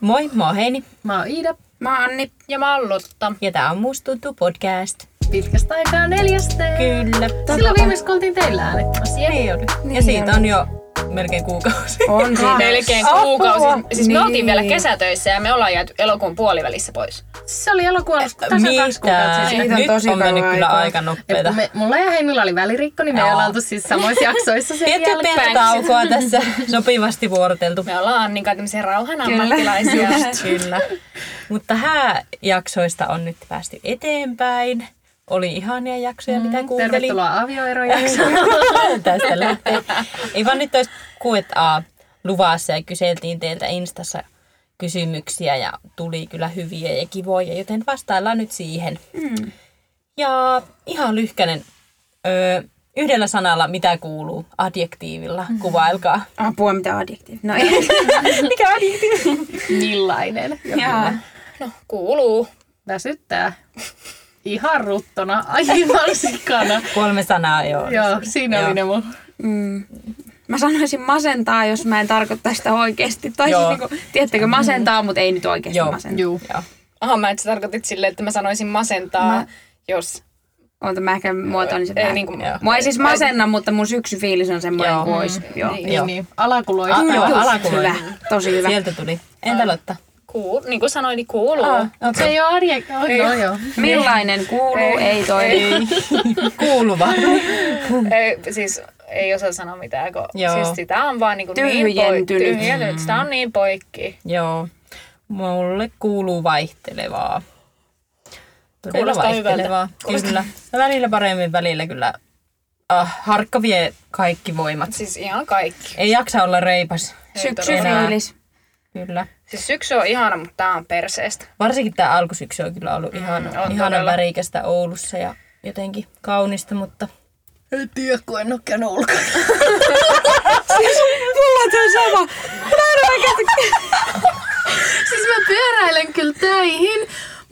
Moi, mä oon Heini Mä oon Iida. Mä oon Anni. Ja mä oon Lotta. ja tää on Musta Tuntuu podcast. Pitkästä aikaa neljästä. Kyllä. Silloin viimeksi kun oltiin teillä äänettämässä. Jep. Niin oli. Ja Niin siitä oli. on jo melkein kuukausi. On siinä. Melkein Apua! kuukausi. Siis me Niin. oltiin vielä kesätöissä ja me ollaan jääty elokuun puolivälissä pois. Se oli elokuun alussa tasan kaksi kuukautta Mitä? sitten. siis Siitä on Nyt tosi on mennyt kauan kyllä aikaa. aika Et nopeeta. kun Me, mulla ja Heinillä oli välirikko, niin me Joo. ei olla oltu siis samoissa jaksoissa sen Pientä jälkeen. pientä taukoa tässä sopivasti vuoroteltu. Me ollaan Anninkaan tämmöisiä rauhan ammattilaisia. Kyllä. Mutta hääjaksoista on nyt päästy eteenpäin. Oli ihania jaksoja, mitä Mm. kuuntelin. Mm. Tervetuloa avioerojaksoon. Tästä lähtee. Ei vaan nyt olisi Q&A luvassa ja kyseltiin teiltä Instassa kysymyksiä ja tuli kyllä hyviä ja kivoja, joten vastaillaan nyt siihen. Mm. Ja ihan lyhkänen. Öö, yhdellä sanalla, mitä kuuluu adjektiivilla, kuvailkaa. Apua, mitä adjektiivi. No ei. Mikä adjektiivi? Millainen? Jaa. No, kuuluu. Väsyttää. Ihan ruttona. Aivan sikana. Kolme sanaa joo. Joo, siinä Joo. oli ne mun. Mm. Mä sanoisin masentaa, jos mä en tarkoittaa sitä oikeesti. Tai Joo. siis niinku, tiedättekö, masentaa, mutta ei nyt oikeesti Joo. masentaa. Juu. Joo. Aha, mä et sä tarkoitit silleen, että mä sanoisin masentaa, Mä- jos... Oota, mä ehkä muotoilin sen Ei, vähän. niin kuin- Joo. Mua ei siis masenna, mutta mun syksyfiilis on semmoinen Joo. kuin ois. Joo. Niin. Joo. Niin, niin. Alakuloista. Ah, joo, Juu. alakuloinen. Hyvä, tosi hyvä. Sieltä tuli. Entä Lotta? Kuul, niin kuin sanoin, niin kuuluu. Ah, Se ei ole arje... Oh, joo, joo. Millainen kuuluu, ei, toimi. Kuuluva. Ei, siis ei osaa sanoa mitään, kun Joo. siis sitä on vaan niin, kuin niin poikki. Tyhjentynyt. Tyhjentynyt. Sitä on niin poikki. Joo. Mulle kuuluu vaihtelevaa. Todella Kuulostaa vaihtelevaa. hyvältä. Kyllä. Välillä paremmin, välillä kyllä. Ah, harkka vie kaikki voimat. Siis ihan kaikki. Ei jaksa olla reipas. Syksyfiilis. Kyllä. Siis syksy on ihana, mutta tää on perseestä. Varsinkin tämä alkusyksy on kyllä ollut ihana, Mm, on ihana todella. värikästä Oulussa ja jotenkin kaunista, mutta En tiedä, kun en ole käynyt ulkona. Mulla on toi sama. Siis mä pyöräilen kyllä töihin,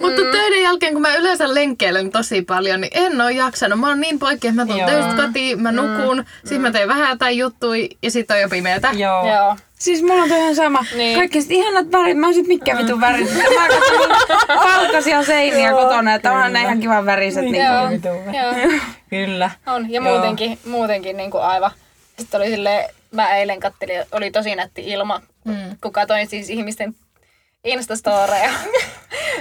mutta mm. töiden jälkeen, kun mä yleensä lenkkeilen tosi paljon, niin en oo jaksanut. Mä oon niin poikki, että mä tuun Joo. töistä kotiin, mä nukun, mm. sitten mä teen vähän jotain juttui ja sit on jo pimeetä. joo. Joo. Siis mulla on toi ihan sama. Niin. Niin. Kaikki sit ihanat värit. Mä oon sit mitkä vitun värit. Mä katson mun valkoisia seiniä kotona. Että onhan ne ihan kivan väriset. Niin. Joo. Vitun. Joo. Kyllä. On, ja Joo. muutenkin, muutenkin niin kuin aivan. Sitten oli sille, mä eilen kattelin, oli tosi nätti ilma, mm. kun katsoin siis ihmisten instastoreja.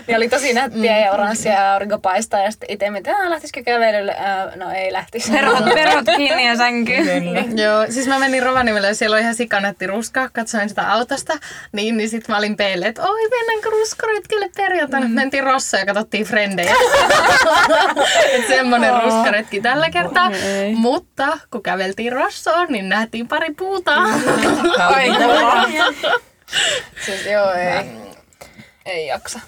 niin oli tosi nättiä Mm. ja oranssia ja aurinko paistaa ja sitten itse mietin, että lähtisikö kävelylle? Ää, no ei lähtisi. Perot, perot kiinni ja sänkyyn. Kyllä. Joo, siis mä menin Rovaniemelle ja siellä oli ihan sikanetti ruska, katsoin sitä autosta, niin, niin sit mä olin peille, että oi mennäänkö ruskaretkelle perjantaina, Mm-hmm. mm. mentiin Rossa ja katsottiin frendejä. Et semmonen oh. ruskaretki tällä kertaa, Ei. mutta kun käveltiin Rossoon, niin nähtiin pari puuta. Kaunista. Siis joo, ei. Ei jaksa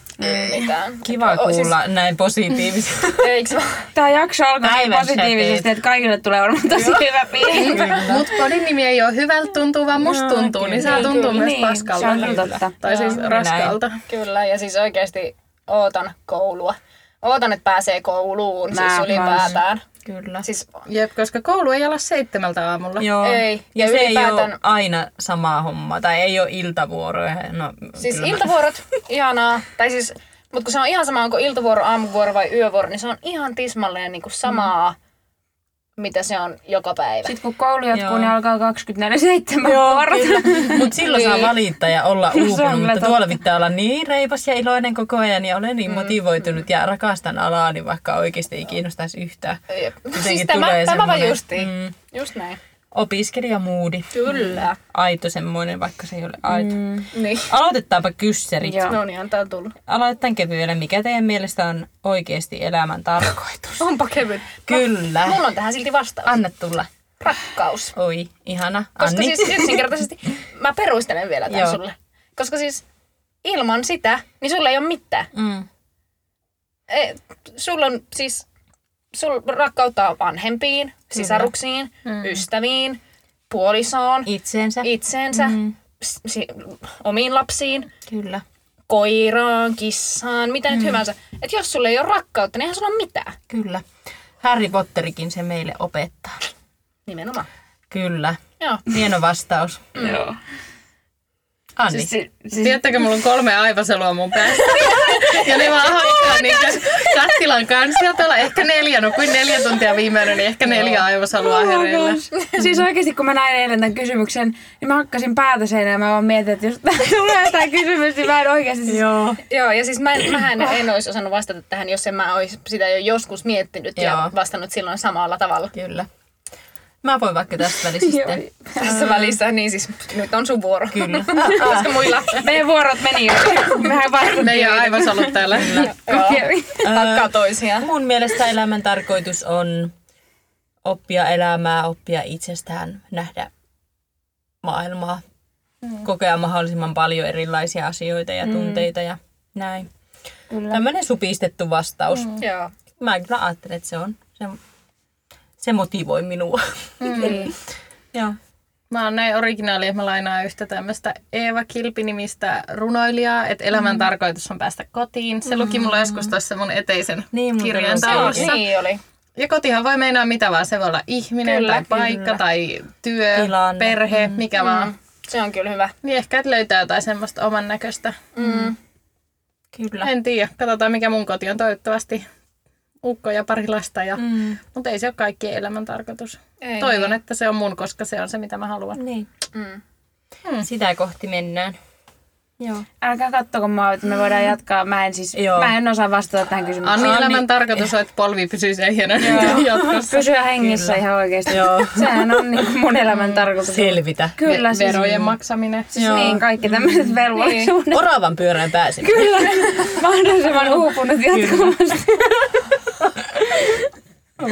mitään. Kiva O, siis- kuulla näin positiivisesti. Eiks vaan? Tää jakso alkoi niin Päivän positiivisesti, säteet. että kaikille tulee olemaan tosi hyvä fiilis. Mut kodin nimi ei ole hyvältä tuntuu, vaan musta tuntuu, niin saa tuntuu myös Niin, se paskalta. on kyllä totta. Tai siis Joo. raskalta. Kyllä, ja siis oikeasti ootan koulua. Ootan, että pääsee kouluun, Mä siis kans. ylipäätään. Kyllä. Siis Jep, koska koulu ei ala seitsemältä aamulla. Joo. Ei. Ja, Ja se ei ylipäätään- ole aina samaa hommaa, tai ei ole iltavuoroja. No, Siis kyllä mä- iltavuorot, ihanaa. Tai siis, mutta kun se on ihan sama, onko iltavuoro, aamuvuoro vai yövuoro, niin se on ihan tismalleen niin kuin samaa, Mm. mitä se on joka päivä. Sitten kun koulu jatkuu, Joo. niin alkaa 24-7 vuorot. Mut silloin saa Niin. valittaa ja olla on uupunut, kyllä mutta totta. tuolla pitää olla niin reipas ja iloinen koko ajan ja olen niin Mm. motivoitunut ja rakastan alaani, vaikka oikeasti ei kiinnostaisi yhtään. Jep. Siis Jotenkin tämä, tulee tämä vaan semmonen, justiin. mm. Just näin. Opiskelijamuudi, Kyllä. aito semmoinen, vaikka se ei ole aito. Mm. Niin. Aloitetaanpa kyssärit. Joo. No niin, antaa tulla. Aloitetaan kevyellä. Mikä teidän mielestä on oikeasti elämän tarkoitus? Onpa kevyt. Kyllä. Mulla on tähän silti vastaus. Anna tulla. Rakkaus. Oi, ihana. Koska Anni. siis yksinkertaisesti, mä perustelen vielä tämän Joo. sulle. Koska siis ilman sitä, niin sulla ei ole mitään. Mm. E, sulla on siis sul rakkautta on vanhempiin, sisaruksiin, mm. ystäviin, puolisoon, Itseensä. itseensä, mm. si, omiin lapsiin, Kyllä. koiraan, kissaan, mitä nyt hyvänsä. Et jos sulla ei ole rakkautta, niin eihän sulla ole mitään. Kyllä. Harry Potterikin se meille opettaa. Nimenomaan. Kyllä. Joo. Hieno vastaus. Joo. Anni. Siis, Siis, si- siis, Tiedättekö, mulla on kolme aivosolua mun päässä. ja ne vaan hakkaa niitä kattilan kansia tuolla. Ehkä neljä, no kuin neljä tuntia viimeinen, niin ehkä neljä aivosolua Oh my hereillä. gosh. siis oikeasti kun mä näin eilen tämän kysymyksen, niin mä hakkasin päätä seinään ja mä vaan mietin, että jos tulee jotain kysymys, niin mä en oikeasti siis... Joo. Joo, ja siis mä en, mähän en olisi osannut vastata tähän, jos en mä olisi sitä jo joskus miettinyt ja Joo. vastannut silloin samalla tavalla. Kyllä. Mä voin vaikka tässä välissä sitten. Tässä välissä, niin siis nyt on sun vuoro. Kyllä. Koska muilla Meidän vuorot meni jo. Mehän vastattiin. Meidän aivosolut täällä. hakkaa toisiaan. Mun mielestä elämän tarkoitus on oppia elämää, oppia itsestään, nähdä maailmaa, Mm. kokea mahdollisimman paljon erilaisia asioita ja tunteita ja näin. Kyllä. Mm. Tämmöinen supistettu vastaus. Joo. Mä kyllä ajattelen, että se on, se, se motivoi minua. Mm. Joo. Mä oon näin originaali, että mä lainaan yhtä tämmöistä Eeva Kilpi-nimistä runoilijaa, että elämän tarkoitus on päästä kotiin. Se luki mulla joskus tuossa mun eteisen Niin, muuten kirjan on se taulussa. Niin oli. Ja kotihan voi meinaa mitä vaan, se voi olla ihminen Kyllä, tai paikka kyllä. tai työ, Tilanne. perhe, mikä vaan. Se on kyllä hyvä. Niin ehkä et löytää jotain semmoista oman näköistä. Mm. Kyllä. En tiedä, katsotaan mikä mun koti on toivottavasti. Ukko ja pari lasta, ja... mm. Mm. mutta ei se ole kaikkien elämän tarkoitus. Ei Toivon, että se on mun, koska se on se mitä mä haluan. Niin. Mm. Sitä kohti mennään. Joo. Älkää kattoko mua, että me voidaan jatkaa. Mä en siis, Joo. mä en osaa vastata tähän kysymykseen. Anni, Anni- elämän tarkoitus on, että polvi pysyy ehjänä jatkossa. Pysyä hengissä ihan oikeasti. Joo. Sehän on niin kuin mun elämän tarkoitus. Selvitä. Kyllä siis. Verojen maksaminen. siis Joo. niin, kaikki tämmöiset velvollisuudet. Oravan pyörään pääseminen. Kyllä. Mahdollisimman uupunut jatkuvasti. Voi,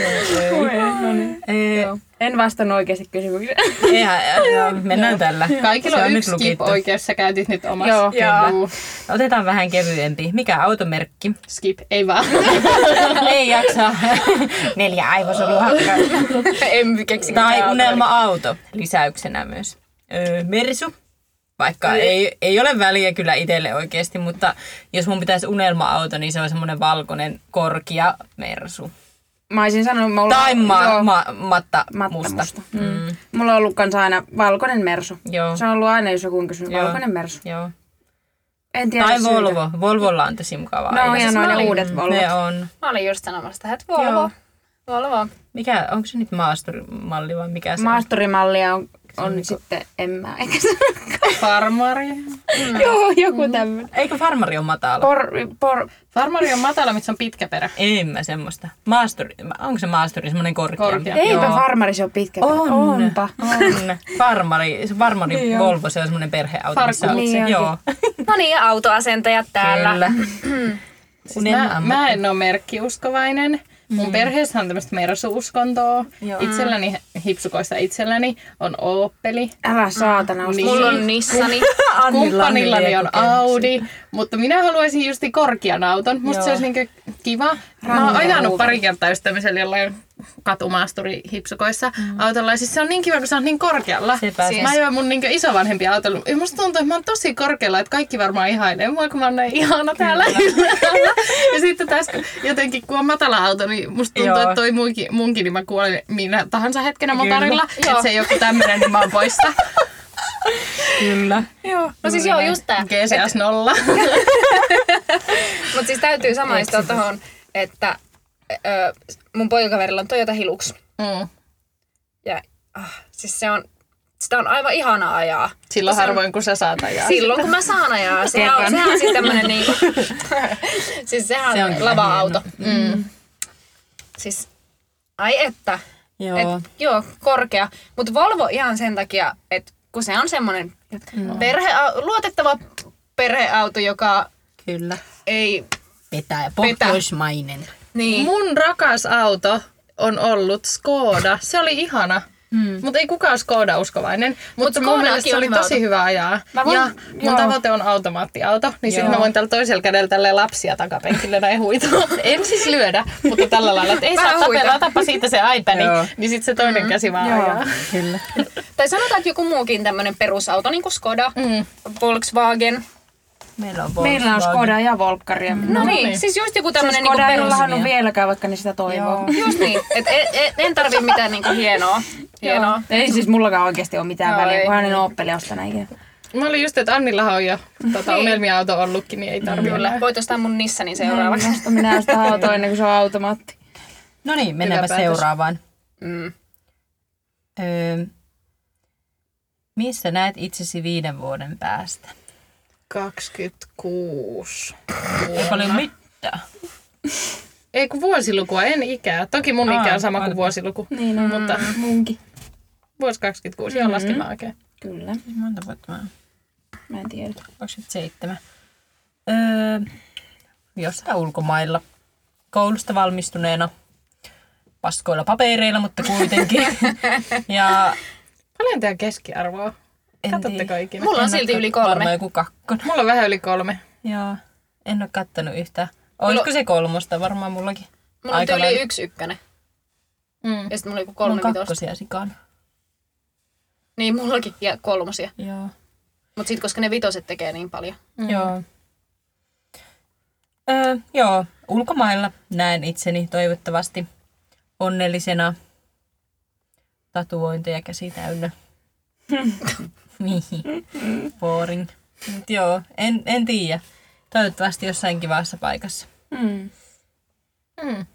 no niin. Ei, En vastannut oikeasti kysymykseen. eihän, joo, mennään tällä. Kaikilla Se on, nyt yksi skip lukittu. oikeus, sä käytit nyt omassa. Joo. Joo. Otetaan vähän kevyempi. Mikä automerkki? Skip, ei vaan. Ei jaksa. Neljä aivosolua. en keksi Tai mitään unelma-auto lisäyksenä myös. Öö, mersu. Vaikka ei, ei ole väliä kyllä itselle oikeasti, mutta jos mun pitäisi unelma-auto, niin se on semmoinen valkoinen korkea mersu. Mä olisin sanonut, mulla Tai ma, Joo, ma, matta, matta musta. musta. Mm. Mulla on ollut kanssa aina valkoinen mersu. Joo. Se on ollut aina, jos joku on kysynyt, Joo. valkoinen mersu. Joo. En tiedä Tai syytä. Volvo. Volvolla on tosi mukava No ajaa. ja mä noin ne olin- uudet Volvot. Ne on. Mä olin just sanomassa tähän, että Volvo. Joo. Volvo. Mikä, onko se nyt maasturimalli vai mikä se on? Maasturimallia on, on sitten, en mä ehkä sanokaan. Farmari. Joo, joku tämmöinen. Eikö farmari ole matala? Por, por, Farmari on matala, mutta se on pitkä perä. En mä semmoista. Maasturi, onko se maasturi semmoinen korkea? Korkea. eipä Joo. farmari se on pitkä. On. Onpa. On. Farmari, se farmari Niin on. Volvo, se on semmoinen perheauto. missä Farkku. on- Niin onkin. Joo, No niin, ja autoasentajat täällä. kyllä. Siis mä, mä en ole merkkiuskovainen. Mun perheessä on tämmöistä mersuuskontoa. Joo. Itselläni, hipsukoista itselläni, on Opeli. Älä saatana osta. Niin. Mulla on Nissani. Kumppanillani niin on Audi, mutta minä haluaisin justi korkean auton. Musta Joo. se olisi niinku kiva. Mä oon Ranne ajanut Uber. pari kertaa just tämmöisellä jollain katumaasturi hipsukoissa mm. autolla. Ja Siis se on niin kiva, kun sä oot niin korkealla. Sepä Siis. Mä ajoin mun niinku isovanhempi autolla. Ja musta tuntuu, että mä oon tosi korkealla, että kaikki varmaan ihailee mua, kun mä oon näin ihana täällä. ja sitten taas kun- jotenkin, kun on matala auto, niin musta tuntuu, Joo. että toi munkin, munkin niin mä kuolen minä tahansa hetkenä motorilla. Että Joo. se ei joku tämmöinen, niin mä oon poissa. Kyllä. No siis joo, just tää. GCS nolla. Mutta siis täytyy samaistua tuohon, että ö, mun poikakaverilla on Toyota Hilux. Mm. Ja ah, siis se on, sitä on aivan ihana ajaa. Silloin harvoin, kun sä saat ajaa. Silloin kun mä saan ajaa, sehän on, Kerran. sehän on siis tämmönen niinku, siis sehän Se on on kyllä lava-auto. Mm. Siis, ai että. Joo. Joo. Et, joo, korkea. Mutta Volvo ihan sen takia, että kun se on semmoinen perhe, luotettava perheauto, joka Kyllä. ei... Petä, pohjoismainen. Niin. Mun rakas auto on ollut Skoda. Se oli ihana. Mm. Mutta ei kukaan ole Skoda-uskovainen. Mutta mun Skodakin mielestä se on oli hyvä tosi auto. hyvä ajaa. Mä voin- ja mun joo. tavoite on automaattiauto. Niin sitten Joo. mä voin tällä toisella kädellä tälle lapsia takapenkillä näin huitoa. en siis lyödä, mutta tällä lailla, että ei Vähän saa tapella, huitoa. tapa siitä se iPadi. Joo. Niin sitten se toinen käsi vaan Joo. ajaa. Kyllä. Tai sanotaan, että joku muukin tämmöinen perusauto, niin kuin Skoda, mm. Volkswagen. Meillä on Volkswagen. Meillä on Skoda ja Volkkaria. No, No no niin, siis just joku tämmöinen Skoda ei niinku ole perus... lahannut vieläkään, vaikka ne sitä toivoo. Just niin, et en, en, en tarvi mitään niinku hienoa. hienoa. Ei siis mullakaan oikeasti ole mitään Joo, väliä, ei. kunhan en ole Opeli ostanut ikinä. Mä olin just, että Annillahan on jo tota, unelmia auto ollutkin, niin ei tarvitse olla. Kyllä. Voit ostaa mun Nissanin seuraavaksi. Vasta minä sitä autoa ennen kuin se on automaatti. No niin, mennäänpä päätös. seuraavaan. Mm. Öö, missä näet itsesi viiden vuoden päästä? 26. Ei paljon mitään. Ei kun vuosilukua, en ikää. Toki mun Aa, ikä on sama aivan. kuin vuosiluku. Niin on, Mutta munkin. vuosi 26, mm-hmm. joo laskemaan oikein. Kyllä, Monta vuotta mä oon? mä en tiedä. 27. Öö, jossain ulkomailla. Koulusta valmistuneena. Paskoilla papereilla, mutta kuitenkin. ja Paljon teidän keskiarvoa? En Katsotteko tiedä. ikinä? Mulla on silti yli varmaan Mm. kolme. joku kakkonen. Mulla on vähän yli kolme. Joo. En ole kattanut yhtään. Olisiko se kolmosta varmaan mullakin? Mulla on yli lailla. yksi ykkönen. Mm. Ja sitten mulla oli joku Mulla kolme on vitosta. kakkosia sikana. Niin, mullakin ja kolmosia. Joo. Mut sit koska ne vitoset tekee niin paljon. Mm. Joo. Öö, joo, ulkomailla näen itseni toivottavasti onnellisena. Tatuointeja käsi täynnä. Niin. Boring. Mut joo, en, en tiedä. Toivottavasti jossain kivassa paikassa. Mm. Mm.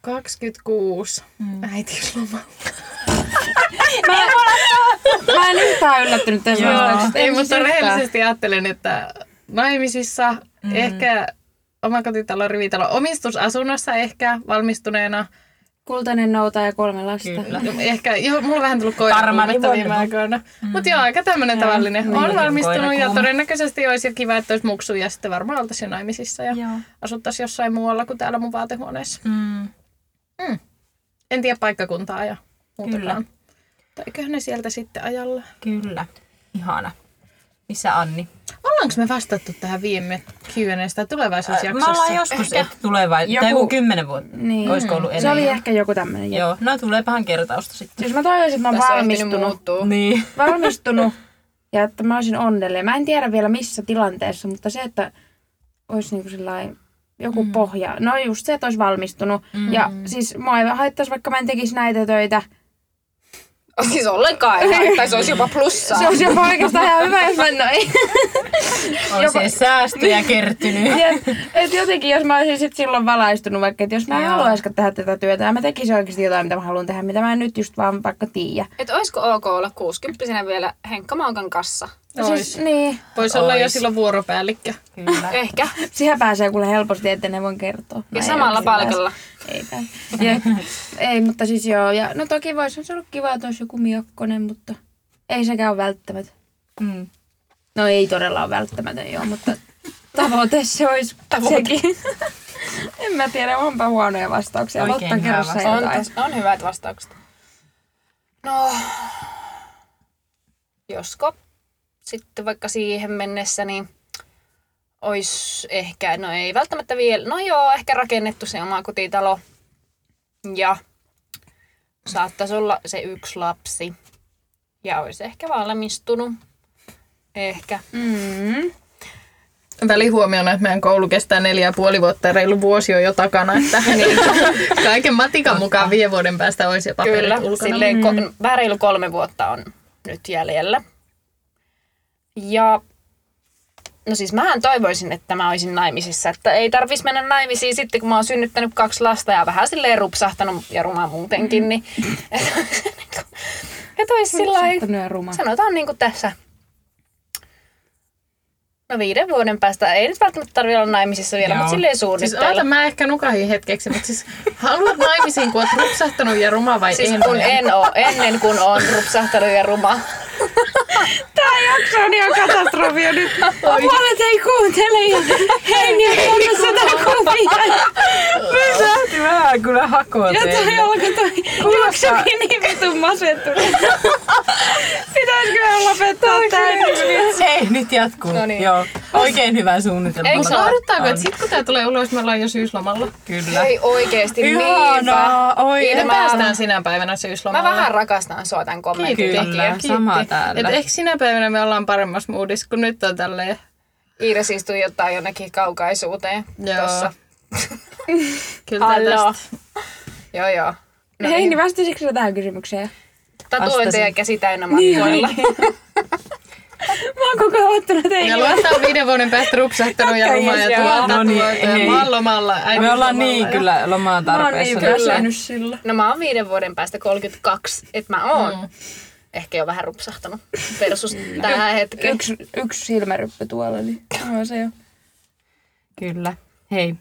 26. Mm. Äitiysloma. Mä en yhtään yllättynyt tässä vastauksessa. Ei, mutta siis yhtään. rehellisesti ajattelen, että naimisissa mm. ehkä omakotitalo, rivitalo, omistusasunnossa ehkä valmistuneena. Kultainen nouta ja kolme lasta. Kyllä. Ehkä, joo, mulla on vähän tullut koirakuumetta Karmani viime aikoina. Mm. Mutta joo, aika tämmöinen tavallinen. On valmistunut ja Niin, koirakuuma. todennäköisesti olisi jo kiva, että olisi muksu ja sitten varmaan oltaisiin jo naimisissa ja Joo. asuttaisiin jossain muualla kuin täällä mun vaatehuoneessa. Mm. En tiedä paikkakuntaa ja muutakaan. Kyllä. Tai eiköhän ne sieltä sitten ajalla. Kyllä. Ihana. Missä Anni? Ollaanko me vastattu tähän viime Q&A:stä Me tulevaisuusjaksossa? ollaan joskus, että tulevai- Joku- tai joku kymmenen vuotta. Niin. Olisiko ollut Se enemmän? oli ehkä joku tämmöinen. Joo. Joo, no tulee pahan kertausta sitten. Siis mä toivoisin, että mä oon Tässä on ehtinyt valmistunut. muuttuu. Niin. valmistunut ja että mä olisin onnellinen. Mä en tiedä vielä missä tilanteessa, mutta se, että olisi niinku sellainen joku mm. pohja. No just se, että olisi valmistunut. Mm. Ja siis mua ei haittaisi, vaikka mä en tekisi näitä töitä. Siis ollenkaan ei haittaa, se olisi jopa plussaa. Se olisi jopa oikeastaan ihan hyvä, jos mä en noin. Olisi Jopa- edes siis säästöjä kertynyt. Et, et jotenkin, jos mä olisin sit silloin valaistunut vaikka, että jos mä en Joo. haluaisikaan tehdä tätä työtä, ja mä tekisin oikeasti jotain, mitä mä haluan tehdä, mitä mä en nyt just vaan vaikka tiedä. Et oisko ok olla 60 vielä Henkka Maukan kassa? No Siis, niin, Voisi olla jo Ois. silloin vuoropäällikkö. Kyllä. Ehkä. siihen pääsee kuule helposti, että ne voin kertoa. No Mä Ja en samalla oikeesti palkalla. Ei, tää- ja, ei, mutta siis joo. Ja, no toki voisi se olla kiva, että olisi joku miokkonen, mutta ei sekään ole välttämätön. Mm. No ei todella ole välttämätön, joo, mutta tavoite se olisi sekin. en mä tiedä, onpa huonoja vastauksia. Oikein Lotta, hyvä kerro sä vastaus. On, jotain. on hyvät vastaukset. No, josko sitten vaikka siihen mennessä, niin olisi ehkä, no ei välttämättä vielä, no joo, ehkä rakennettu se oma kotitalo. Ja saattaisi olla se yksi lapsi. Ja olisi ehkä valmistunut. Ehkä. Mm. Välihuomiona, että meidän koulu kestää neljä ja puoli vuotta ja reilu vuosi on jo takana. Että niin, kaiken matikan mukaan viiden vuoden päästä olisi jo paperit Kyllä, ulkona. Mm. silleen ko- vähän reilu kolme vuotta on nyt jäljellä. Ja no siis mähän toivoisin, että mä olisin naimisissa, että ei tarvitsisi mennä naimisiin sitten, kun mä oon synnyttänyt kaksi lasta ja vähän silleen rupsahtanut ja ruma muutenkin, niin Mm-hmm. että niinku- olisi sillä lailla- Sattunut ja ruma. sanotaan niin kuin tässä. No viiden vuoden päästä ei nyt välttämättä tarvitse olla naimisissa vielä, Joo. mutta silleen Siis suunnitteilla. oota, mä ehkä nukahin hetkeksi, mutta siis haluat naimisiin, kun oot rupsahtanut ja ruma vai Siis en? kun en oo, ennen kuin on rupsahtanut ja ruma. Se on ihan katastrofi jo nyt. Puolet ei kuuntele ja hei, niin ei ole sitä kuvia. Pysähti vähän kyllä hakoa Ja toi alkoi toi juoksukin niin vitun masentunut. Pitäisikö me lopettaa tää nyt? Ei, nyt jatkuu. No niin. Joo. Oikein hyvä suunnitelma. Eikö Mutta Saa. lohduttaako, No, että sit kun tää tulee ulos, me ollaan jo syyslomalla? Kyllä. Ei oikeesti niin niinpä. Ihanaa. Oi, Me Niin, en- Mä- päästään sinä päivänä Mä syyslomalla. vähän rakastan sua tämän kommentin Kyllä. takia. sama täällä. Et ehkä sinä päivänä me ollaan paremmassa moodissa, kun nyt on tälleen. Iida siis tuijottaa jonnekin kaukaisuuteen Joo. tossa. Kyllä tää Hallo. tästä- Joo joo. Hei, niin vastaisitko sä tähän kysymykseen? Tatuointeja Vastasin. käsi täynnä matkoilla. on koko ajan ottanut Ja teille. Lotta on viiden vuoden päästä rupsahtanut ja ruma ja Joo. tuolta No no niin, niin, ei. ja mä oon lomalla. äiti Me on ollaan niin lomalla. kyllä lomaan Mä oon tarpeessa. niin tässä. väsynyt sillä. No mä oon viiden vuoden päästä 32, että mä oon mm. ehkä jo vähän rupsahtanut versus tähän hetkeen. Yksi, yksi silmäryppy tuolla, niin no, se jo. Kyllä. Hei,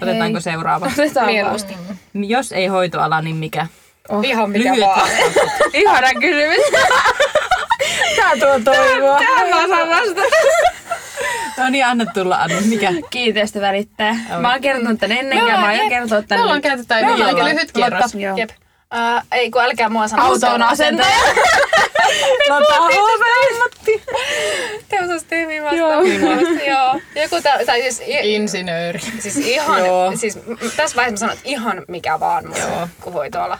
otetaanko Hei. seuraava? Otetaan vaan. Mieluusti. Jos ei hoitoala, niin mikä? Ihan mikä Lyhyet vaan. vastaukset. Ihana kysymys. Tää tuo toivoa. Tää mä saan vastata. No niin, anna tulla Annu. Mikä? Kiinteistö välittää. Mä oon kertonut tän ennenkin ja mä ollaan- aion kertoa Me tän ollaan nyt. käyty tää Me aika ollaan. lyhyt kierros. Joo. Jep. Uh, ei kun älkää mua sanoa. Auto on asentaja. Lotta Hoopelmatti. Te osasitte hyvin vastata. Joo. Joo. Joo. Joku tää, tai siis, Insinööri. siis ihan, Joo. siis m- m- tässä vaiheessa mä sanon, että ihan mikä vaan muu kuin hoitoala.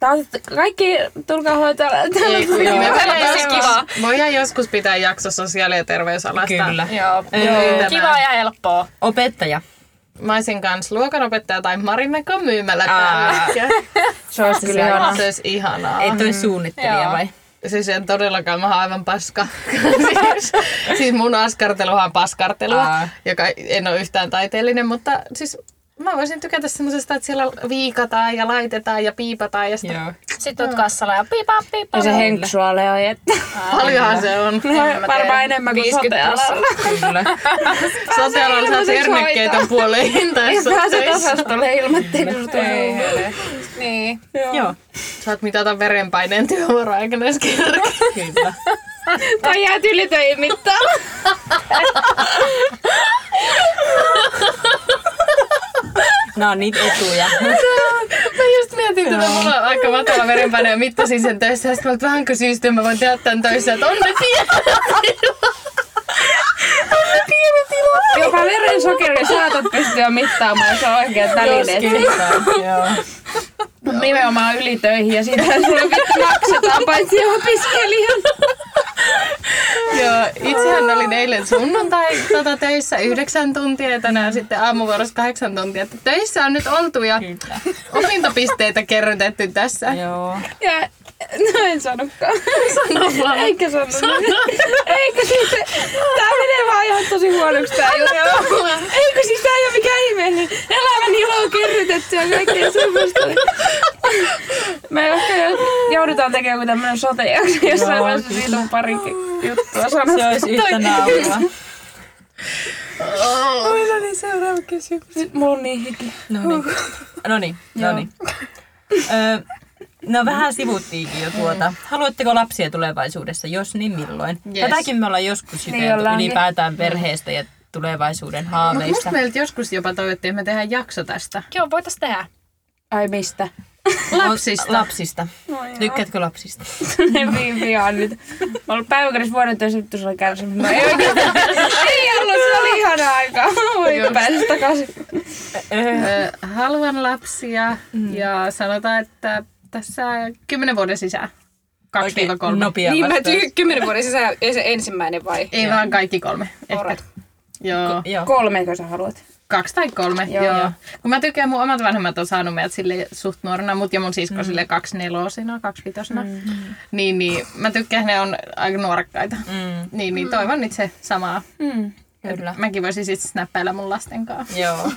Tää on kaikki, tulkaa hoitaa. Ei, kun Joo. me Joo. voidaan Kiva. joskus- Voidaan joskus pitää jakso sosiaali- ja terveysalasta. Kyllä. Joo. Joo. Kiva ja helppoa. Opettaja. Mä olisin kans luokanopettaja tai Marimekon myymälä Aa. päällikkö. Se olisi kyllä ihanaa. Se olisi ihanaa. Ei toi suunnittelija Joo. vai? Siis en todellakaan, mä oon aivan paska. siis, siis mun askarteluhan on paskartelua, Aa. joka en ole yhtään taiteellinen, mutta siis mä voisin tykätä semmoisesta, että siellä viikataan ja laitetaan ja piipataan ja sitä. Joo. Sitten oot kassalla ja pipa, pipa. Ja se henksua leoi, että Paljonhan se on. mä tiedän. varmaan enemmän kuin 50 sote-alalla. Kyllä. Sote-alalla saa ilmaiseksi ternikkeitä hoitaa. puoleen Ei hintaessa pääset osastolle ilmattelusta. Niin. Joo. Saat mitata verenpaineen työvuoroaikana, jos kerkeet. Kyllä. Tai jää ylitöihin mittaan. Nää on niitä etuja. Mä just mietin tätä, mulla on aika matala verenpaine ja mittasin sen töissä. Ja sitten mä olin, että vähänkö syystä mä voin tehdä tämän töissä, että on ne Jopa veren sokeri saatat pystyä mittaamaan, jos on oikeat välineet. Joo. Mut Nimenomaan ylitöihin ja sitten sulla vittu maksetaan paitsi opiskelijan. Joo, itsehän olin eilen sunnuntai tota, töissä yhdeksän tuntia ja tänään sitten aamuvuorossa kahdeksan tuntia. Että töissä on nyt oltu ja Kyllä. opintopisteitä kerrytetty tässä. Joo. Ja no en sanonutkaan. Sano vaan. Eikä sanonut. Eikä siis se, tää menee vaan ihan tosi huonoksi tää juttu. Eikö siis tää ei oo mikään ihmeellinen. Elämän ilo on kerrytetty ja kaikkea semmoista. Me ehkä joudutaan tekemään joku tämmönen sote-jakso jossain Joo, vaiheessa. Siitä on pari juttua sanottu. Se olisi yhtä nauraa. Mulla niin seuraava kysymys. Nyt mulla on niin hiki. No niin. No niin. No niin. Öö, No vähän sivuttiinkin jo tuota. Mm. Haluatteko lapsia tulevaisuudessa? Jos niin, milloin? Yes. Tätäkin me ollaan joskus Niin juteltu ollaankin. No, ylipäätään perheestä ja tulevaisuuden Mutta haaveista. musta meiltä joskus jopa toivottiin, että me tehdään jakso tästä. Joo, voitais tehdä. Ai mistä? Lapsista. Oot- Lapsista. No joo. Tykkäätkö lapsista? Ne viiviaan niin, nyt. Mä oon ollut päiväkodissa vuoden töissä, vittu se oli kärsimys. Mä ei oikein. ei ollut, se oli ihana aika. Voi päästä takaisin. Ö, haluan lapsia ja sanotaan, että tässä kymmenen vuoden sisään. Kaksi viiva kolme. Nopea Niin vastaus. kymmenen vuoden sisään ei se ensimmäinen vai? Ei vaan kaikki kolme. Ehkä. Alright. Joo. Joo. Kolmeenko sä haluat? Kaksi tai kolme, joo. Joo. joo. Kun mä tykkään, mun omat vanhemmat on saanut meidät sille suht nuorena, mut ja mun sisko mm. sille kaksi nelosina, kaksi vitosina. Mm. Niin, niin mä tykkään, ne on aika nuorekkaita. Mm, Niin, niin toivon itse samaa. Mm. kyllä. Mäkin voisin sitten snappailla mun lasten kanssa. Joo.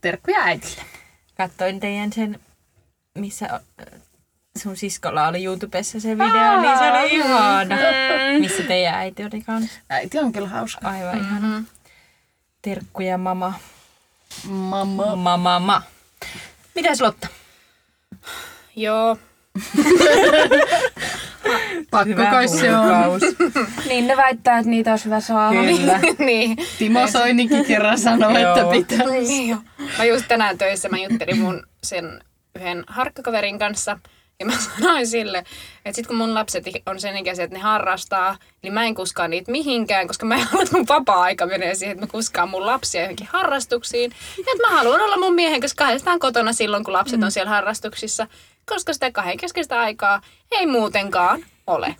Terkkuja äitille. Kattoin teidän sen, missä ö, sun siskolla oli YouTubessa se video, niin se oli ihana. Missä teidän äiti oli kanssa. Äiti on kyllä hauska. Aivan mm-hmm. ihana. Terkkuja mama. Mamma. Mama, mama. Mitäs Lotta? Joo. Pakko kai se on. huukaus. Niin ne väittää, että niitä olisi hyvä saada. Kyllä. niin. Timo Soinikin kerran sanoi, että Joo. pitää. Niin jo. Mä just tänään töissä mä juttelin mun sen yhden harkkakaverin kanssa. Ja mä sanoin sille, että sit kun mun lapset on sen ikäisiä, että ne harrastaa, niin mä en kuskaa niitä mihinkään, koska mä en halua, että mun vapaa-aika menee siihen, että mä kuskaan mun lapsia johonkin harrastuksiin. Ja että mä haluan olla mun miehen kanssa kahdestaan kotona silloin, kun lapset on siellä harrastuksissa, koska sitä kahden keskeistä aikaa ei muutenkaan ole.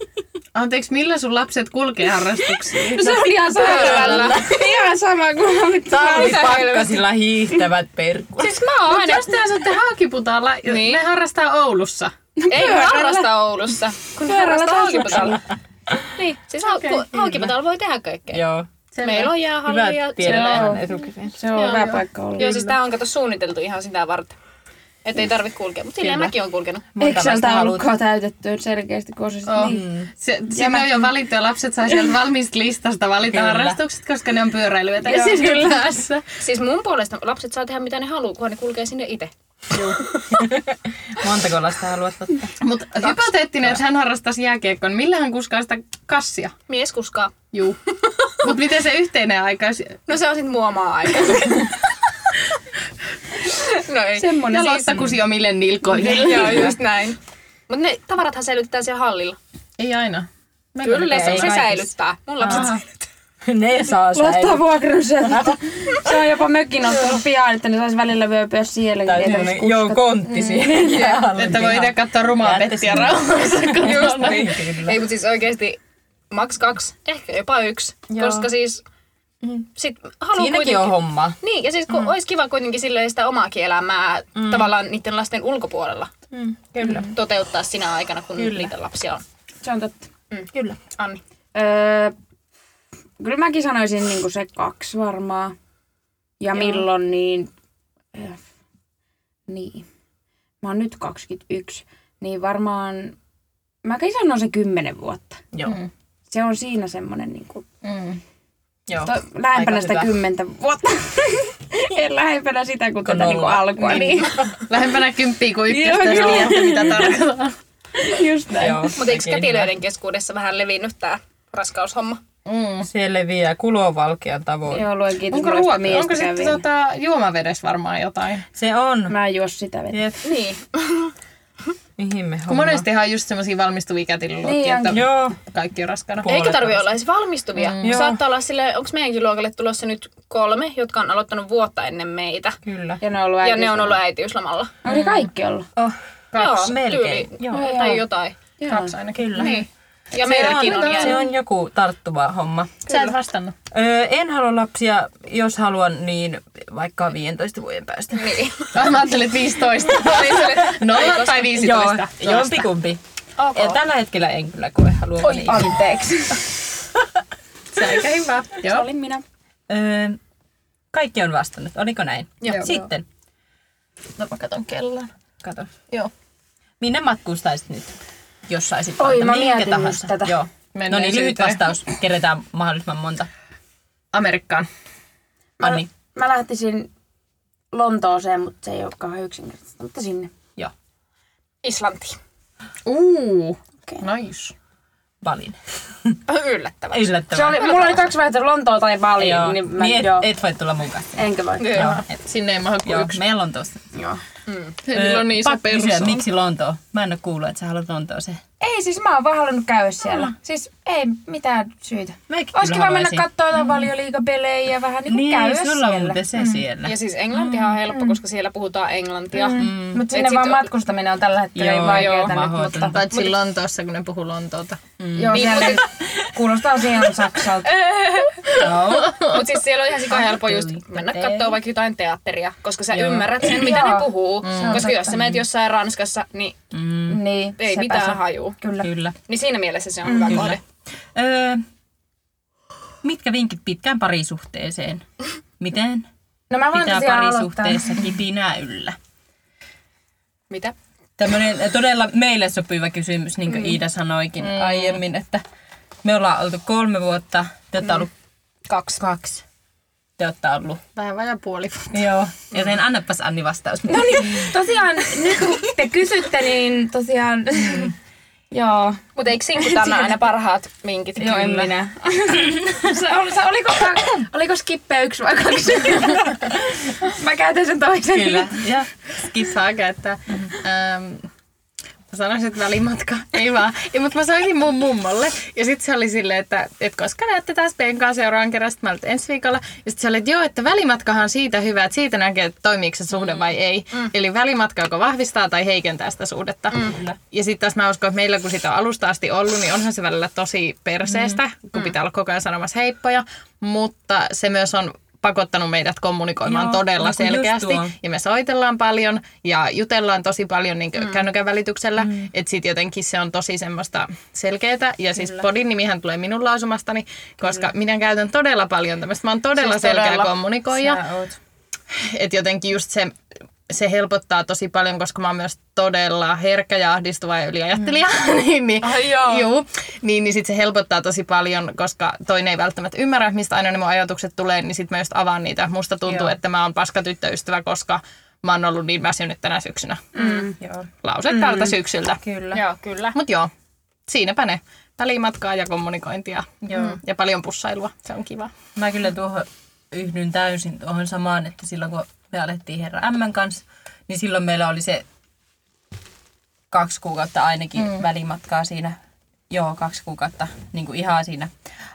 Anteeksi, millä sun lapset kulkee harrastuksiin? No se oli ihan sama. ihan sama kuin mä vittu. Talvipakkasilla hiihtävät perkut. Siis mä oon aina... Jostain saatte haakiputaalla. Niin. Ne harrastaa Oulussa. Ei Pyörällä. harrasta Oulussa, kun Pyörällä harrastaa tai Haakiputalla. Niin, siis okay, hau- haukipatalla voi tehdä kaikkea. Joo. Meillä on Hyvä jäähalli ja tiedetään Joo. ihan etukäteen. Se on Joo, joo, hyvä joo. paikka olla. Joo, siis tää on kato suunniteltu ihan sitä varten. Että ei tarvitse kulkea, mutta silleen Kyllä. mäkin olen kulkenut. Excel-taulukkoa täytettyyn selkeästi, kun se sitten Oh. niin. Se, sinne on jo valittu ja lapset saa sieltä valmiista listasta valita Kyllä. harrastukset, koska ne on pyöräilyä Joo. tässä kylässä. Siis mun puolesta lapset saa tehdä mitä ne haluaa, kunhan ne kulkee sinne itse. Montako lasta haluat ottaa? Mutta hypoteettinen, että hän harrastaisi jääkiekkoa, niin millä hän kuskaa sitä kassia? Mies kuskaa. Juu. Mutta miten se yhteinen aika? jos- No se on sit mua omaa aika. no ei. Semmoinen. Ja lottakusi on mille nilkoinen. Joo, just näin. Mutta ne tavarathan säilytetään siellä hallilla. Ei aina. Me Kyllä se, ei se kaikissa. säilyttää. Mun lapset Aha. ne saa Lotta säilyttää. on vuokrannut sieltä. Se on jopa mökin ottanut pian, että ne saisi välillä vyöpyä siellä. kun Tai ei semmonen tarvitsisi joo, kuskata. kontti siihen. jäähallin Mm. Että voi pihaan. itse katsoa rumaa Jäätte pettiä sinne. rauhassa. kun- Just niin, kyllä. Ei, mutta siis oikeesti maks kaksi, ehkä jopa yksi. Joo. Koska siis sit haluaa Siinäkin on homma. Niin, ja siis kun mm. olisi kiva kuitenkin silleen sitä omaakin elämää mm. tavallaan niiden lasten ulkopuolella Mm, Kyllä. toteuttaa sinä aikana, kun Kyllä. niitä lapsia on. Se on totta. Kyllä. Anni. Öö, kyllä mäkin sanoisin niin se kaksi varmaan. Ja milloin niin... Äh, niin. Mä oon nyt 21. Niin varmaan... Mäkin sanon se 10 vuotta. Joo. Se on siinä semmonen niin kuin, Mm. Joo. to, lähempänä No, Aika sitä hyvä. 10 vuotta. en lähempänä sitä kuin tätä niin nolla. alkua. Niin. Lähempänä kymppiä kuin ykköstä, Joo, jos kyllä. tiedätte, mitä tarkoittaa. niin Just näin. Joo. Mutta eikö Sekin kätilöiden keskuudessa vähän levinnyt tämä raskaushomma? Mm. Se leviää kulovalkean tavoin. Joo, luen kiitos. Onko monesta ruoka? Onko miestä sitten kävin. tota, juomavedessä varmaan jotain? Se on. Mä en juo sitä vettä. Jep, Niin. mihin me Kun homma. monestihan on just semmoisia valmistuvia kätilöluokkia, Niin että Joo. kaikki on raskana. Puolet Eikö tarvi varmasti. olla edes valmistuvia? Mm. Joo. Saattaa olla sille, onko meidänkin luokalle tulossa nyt kolme, jotka on aloittanut vuotta ennen meitä. Kyllä. Ja ne on ollut Ja ne äitiyslomalla. on ollut äitiyslomalla. Oli kaikki ollut. Oh, Kaksi. Joo, melkein. Tyyli, Joo. joo. Joo. Tai jotain. Joo. Kaksi ainakin. Kyllä. Niin. Ja Se meilläkin on, on, se jäänyt. on joku tarttuva homma. Sä et vastannut. Öö, en halua lapsia, jos haluan, niin vaikka 15 vuoden päästä. Niin. Ai, Mä ajattelin, että 15. Nolla tai 15. Joo, Niin, jompikumpi. Okay. Ja tällä hetkellä en kyllä koe halua. Oi, Anteeksi. Se on aika hyvä. Se Joo. olin minä. öö, kaikki on vastannut, oliko näin? Joo. Sitten, No mä katon kellon. kato. Joo. Minne matkustaisit nyt, jos saisit Oi, valita mä minkä mietin tahansa? just tätä. Joo. No niin, lyhyt Menneisyyteen. vastaus. Keretään mahdollisimman monta. Amerikkaan. Anni. Mä lähtisin Lontooseen, mutta se ei ole kauhean yksinkertaista. Mutta sinne. Joo. Islanti. Uu. Okei. Nice. Valin. Yllättävää. Se Yllättävää. oli, mulla oli kaksi vaihtoehtoa, Lontoa tai Bali. Joo. Niin Niin, mä, et, joo. et voi tulla mukaan. Enkä voi. Joo. Joo. Et, Sinne ei mahdu kuin joo. yksi. Meillä on tuossa. Joo. Niillä on niin iso Pakko kysyä, perso. miksi Lontoo? Mä en ole kuullut, että sä haluat Lontooseen. Ei siis, mä oon vaan halunnut käydä siellä. Siis ei mitään syytä. Mäkin Ois kyllä kiva mennä haluaisin. Mm. katsoa jotain valioliikapelejä ja vähän niin, niin käydä Niin, sulla on siellä. Mm. muuten se siellä. Ja siis englantihan on helppo, koska siellä puhutaan englantia. Mm. Mutta sinne sit vaan on- matkustaminen on tällä hetkellä Joo, joo, vaikeaa joo, nyt, mutta Mm. mahdotonta. Niin. Paitsi Lontoossa, kun ne puhuu Lontoota. joo, siellä kuulostaa siihen Saksalta. Joo. Mutta siis siellä on ihan sika helppo just Tuli. mennä Tee. katsoa vaikka jotain teatteria, koska sä Joo. ymmärrät sen, mitä ne Joo. puhuu. Se on Koska jos sä totta. menet jossain Ranskassa, niin Mm, Niin, ei sepä mitään se. Mm. hajuu. Kyllä. kyllä. Niin siinä mielessä se on hyvä Kyllä. kohde. Öö, mitkä vinkit pitkään parisuhteeseen? Miten No mä voin pitää tosiaan aloittaa. parisuhteessa kipinää yllä? Mitä? Tämmöinen todella meille sopiva kysymys, niin Mm. kuin Iida sanoikin aiemmin, että me ollaan oltu kolme vuotta, te Mm. olette ollut Kaksi. kaksi. Te olette ollut. Vähän vajaa puoli vuotta. Joo. Joten annapas Anni vastaus. No niin, tosiaan nyt kun te kysytte, niin tosiaan... Joo. Mutta eikö sinkutana aina parhaat vinkit? Joo, No, en minä. se oli, se, oliko, oliko skippe yksi vai kaksi? Mä käytän sen toisen. Kyllä. Ja kissaa käyttää. Ähm, mä sanoisin, että välimatka. Ei vaan. Ja, mutta mä soitin mun mummolle. Ja sitten se oli silleen, että, että koska näette taas penkaa seuraavan kerran, sit mä olin, että ensi viikolla. Ja sitten se oli, että joo, että välimatkahan on siitä hyvä, että siitä näkee, että toimiiko se suhde vai ei. Mm. Eli välimatka joko vahvistaa tai heikentää sitä suhdetta. Mm. Ja sitten taas mä uskon, että meillä kun sitä on alusta asti ollut, niin onhan Mm. se välillä tosi perseestä, kun pitää olla koko ajan sanomassa heippoja. Mutta se myös on pakottanut meidät kommunikoimaan Joo, Joo, todella niin kuin just selkeästi. tuo. Ja me soitellaan paljon ja jutellaan tosi paljon niin mm. kännykän välityksellä. Mm. Että sitten jotenkin se on tosi semmoista selkeää. Ja siis podin nimihän tulee minun lausumastani, koska minä käytän todella paljon tämmöistä. Mä oon todella Siis siis selkeä todella. kommunikoija. Sä oot. Että jotenkin just se, se helpottaa tosi paljon, koska mä oon myös todella herkkä ja ahdistuva ja yliajattelija. Mm. niin, niin, Ai joo. Juu. Niin, niin sit se helpottaa tosi paljon, koska toinen ei välttämättä ymmärrä, mistä aina ne mun ajatukset tulee, niin sit mä just avaan niitä. Musta tuntuu, Joo. joo. että mä oon paska tyttöystävä, koska mä oon ollut niin väsynyt tänä syksynä. Mm. Joo, Lause mm. tältä syksyltä. kyllä. Joo, kyllä. Mut joo, siinäpä ne. Välimatkaa ja kommunikointia. Joo. Ja paljon pussailua. Se on kiva. Mä kyllä tuohon yhdyn täysin tuohon samaan, että silloin kun me alettiin Herra M kanssa, niin silloin meillä oli se kaksi kuukautta ainakin mm. välimatkaa siinä. Joo, kaksi kuukautta niin kuin ihan siinä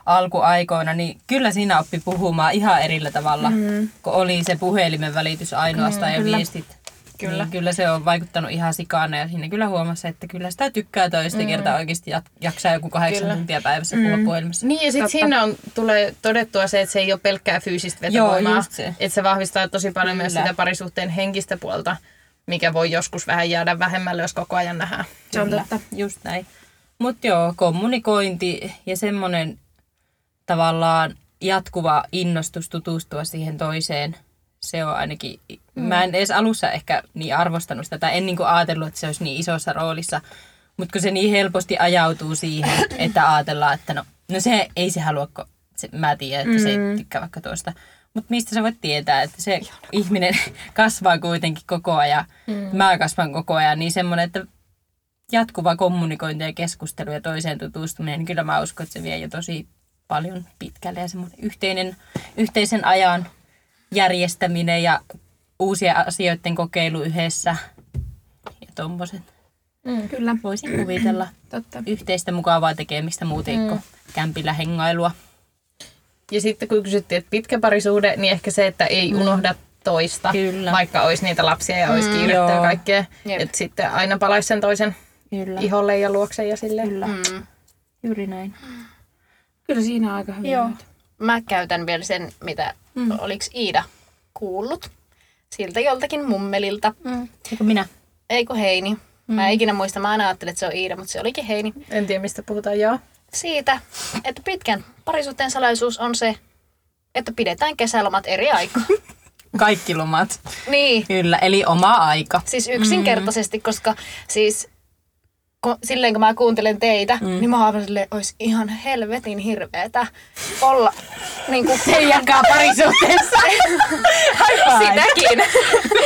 alkuaikoina, niin kyllä siinä oppi puhumaan ihan erillä tavalla, mm. kun oli se puhelimen välitys ainoastaan mm, ja viestit. Kyllä. Niin kyllä se on vaikuttanut ihan sikana ja siinä kyllä huomasi, että kyllä sitä tykkää toista mm. kertaa oikeasti jat- jaksaa joku kahdeksan kyllä. tuntia päivässä mm. puhua puhelimessa. Niin ja sitten siinä on, tulee todettua se, että se ei ole pelkkää fyysistä vetovoimaa. Joo, just se. Että se vahvistaa tosi paljon Kyllä. myös Kyllä. sitä parisuhteen henkistä puolta, mikä voi joskus vähän jäädä vähemmälle, jos koko ajan nähdään. Se on Kyllä, totta. Just näin. Mutta joo, kommunikointi ja semmoinen tavallaan jatkuva innostus tutustua siihen toiseen, se on ainakin, mm. mä en edes alussa ehkä niin arvostanut sitä, tai en niin kuin ajatellut, että se olisi niin isossa roolissa, mutta kun se niin helposti ajautuu siihen, että ajatellaan, että no, no se ei se halua, kun se, mä tiedän, että se ei tykkää vaikka tuosta. Mutta mistä sä voit tietää, että se ihminen kasvaa kuitenkin koko ajan, mm. mä kasvan koko ajan, niin semmoinen, että jatkuva kommunikointi ja keskustelu ja toiseen tutustuminen, niin kyllä mä uskon, että se vie jo tosi paljon pitkälle ja semmoinen yhteinen, yhteisen ajan järjestäminen ja uusien asioiden kokeilu yhdessä ja tommoset. Kyllä, Voisin kuvitella totta. yhteistä mukavaa tekemistä muutenko mm. kämpillä hengailua. Ja sitten kun kysyttiin, että pitkä parisuhde, niin ehkä se, että ei unohda toista, Mm. Kyllä. vaikka olisi niitä lapsia ja olisi mm, kiirettä joo. ja kaikkea. Jep. Että sitten aina palaisi sen toisen Kyllä. iholle ja luokse ja silleen. Kyllä. Mm. Juuri näin. Kyllä siinä on aika hyvin. Joo. näytä. Mä käytän vielä sen, mitä mm. oliks Iida kuullut siltä joltakin mummelilta. Mm. Eikö minä? Eikö Heini? Mm. Mä en ikinä muista, mä aina ajattelin, että se on Iida, mutta se olikin Heini. En tiedä, mistä puhutaan, joo. Siitä, että pitkän parisuhteen salaisuus on se, että pidetään kesälomat eri aikaan. Kaikki lomat. niin, Kyllä, eli oma aika. Siis yksinkertaisesti, mm-hmm. koska siis kun, silleen kun mä kuuntelen teitä, mm. niin mä aivan silleen, olisi ihan helvetin hirveetä olla niin kuin teidänkaan parisuhteessa. Sitäkin.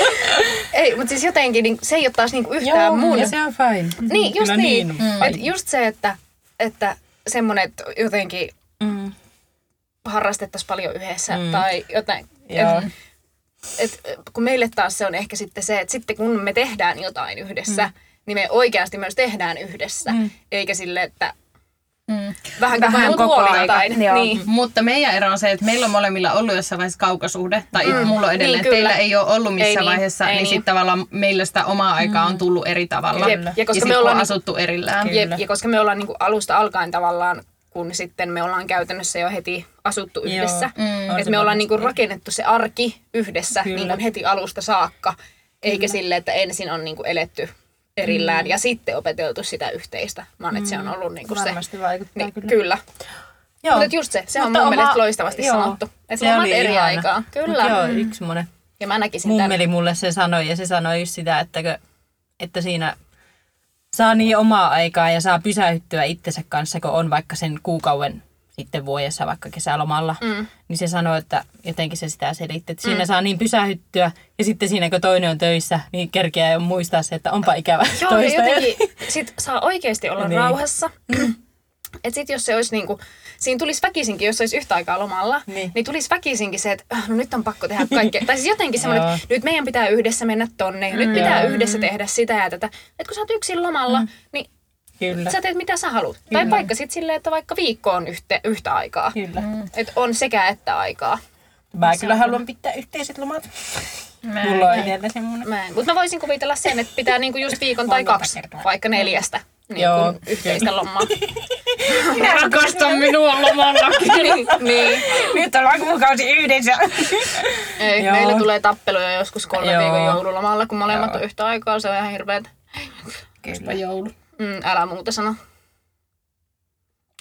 ei, mutta siis jotenkin niin, se ei ole taas niin kuin yhtään mun. se on fine. Niin, just Kyllä niin. niin. niin. Et just se, että, että semmoinen, että jotenkin Mm. harrastettaisiin paljon yhdessä mm. tai jotain. Joo. Et, et, kun meille taas se on ehkä sitten se, että sitten kun me tehdään jotain yhdessä, mm. niin me oikeasti myös tehdään yhdessä. Mm. Eikä sille, että Mm. vähän, vähän koko koko aika. ajan jotain. Joo. Niin. Mutta meidän ero on se, että meillä on molemmilla ollut jossain vaiheessa kaukasuhde, tai mm. mulla on edelleen, Niin, niin, kyllä. teillä ei ole ollut Ei missään niin, ei vaiheessa, ei niin, niin. niin. Mm. sitten tavallaan meillä sitä omaa aikaa on tullut eri tavalla. Jep, ja Ja koska koska ja me me ollaan ollaan niinku- asuttu erillään. Jep, ja koska me ollaan niinku alusta alkaen tavallaan, kun sitten me ollaan käytännössä jo heti asuttu yhdessä. Mm. Mm. On Että se me ollaan varmasti. niinku rakennettu se arki yhdessä Kyllä. niinku heti alusta saakka. Eikä sille, että ensin on niinku eletty erillään mm. ja sitten opeteltu sitä yhteistä, vaan että se on ollut niinku se. Mm. Varmasti vaikuttaa Niin, kyllä. kyllä. kyllä. Joo. Mutta just se, se on mun mielestä loistavasti sanottu. Et se lomat oli eri ihana. aikaa. Mut Kyllä. Joo, yksi monen Ja mä näkisin tämän. mummeli mulle se sanoi ja se sanoi just sitä, että, kö- että siinä saa niin omaa aikaa ja saa pysäyttyä itsensä kanssa, kun on vaikka sen kuukauden sitten vuodessa vaikka kesälomalla, mm. niin se sanoi, että jotenkin se sitä selitti, että siinä mm. saa niin pysähyttyä ja sitten siinä kun toinen on töissä, niin kerkeää jo muistaa se, että onpa ikävä Joo, ja toista. jotenkin sit saa oikeasti olla Niin. niin. rauhassa. Et sit jos se olisi niinku, siinä tulisi väkisinkin, jos olisi yhtä aikaa lomalla, Niin. niin, niin tulisi väkisinkin se, että "Ah, no nyt on pakko tehdä kaikkea. tai siis jotenkin semmoinen, Joo. Mm. että nyt meidän pitää yhdessä mennä tonne ja nyt pitää yhdessä tehdä sitä ja tätä. Et kun sä oot yksin lomalla, niin Kyllä. sä teet mitä sä haluat. Tai vaikka sit silleen, että vaikka viikko on yhtä, yhtä aikaa. Kyllä. Et on sekä että aikaa. Mä kyllä haluan pitää yhteiset lomat. Mulla on edellä semmoinen. Mä en. Mutta mä voisin kuvitella sen, että pitää niinku just viikon tai Monta kaksi, kertaa. vaikka neljästä. niin Joo, Joo, yhteistä lomaa. Rakasta minua lomallakin. niin. Nyt on kuukausi yhdessä. Ei, Joo. meillä tulee tappeluja joskus kolme Joo. viikon joululomalla, kun molemmat Joo. on yhtä aikaa. Se on ihan hirveet. Kyllä. joulu. Mm, älä muuta sano.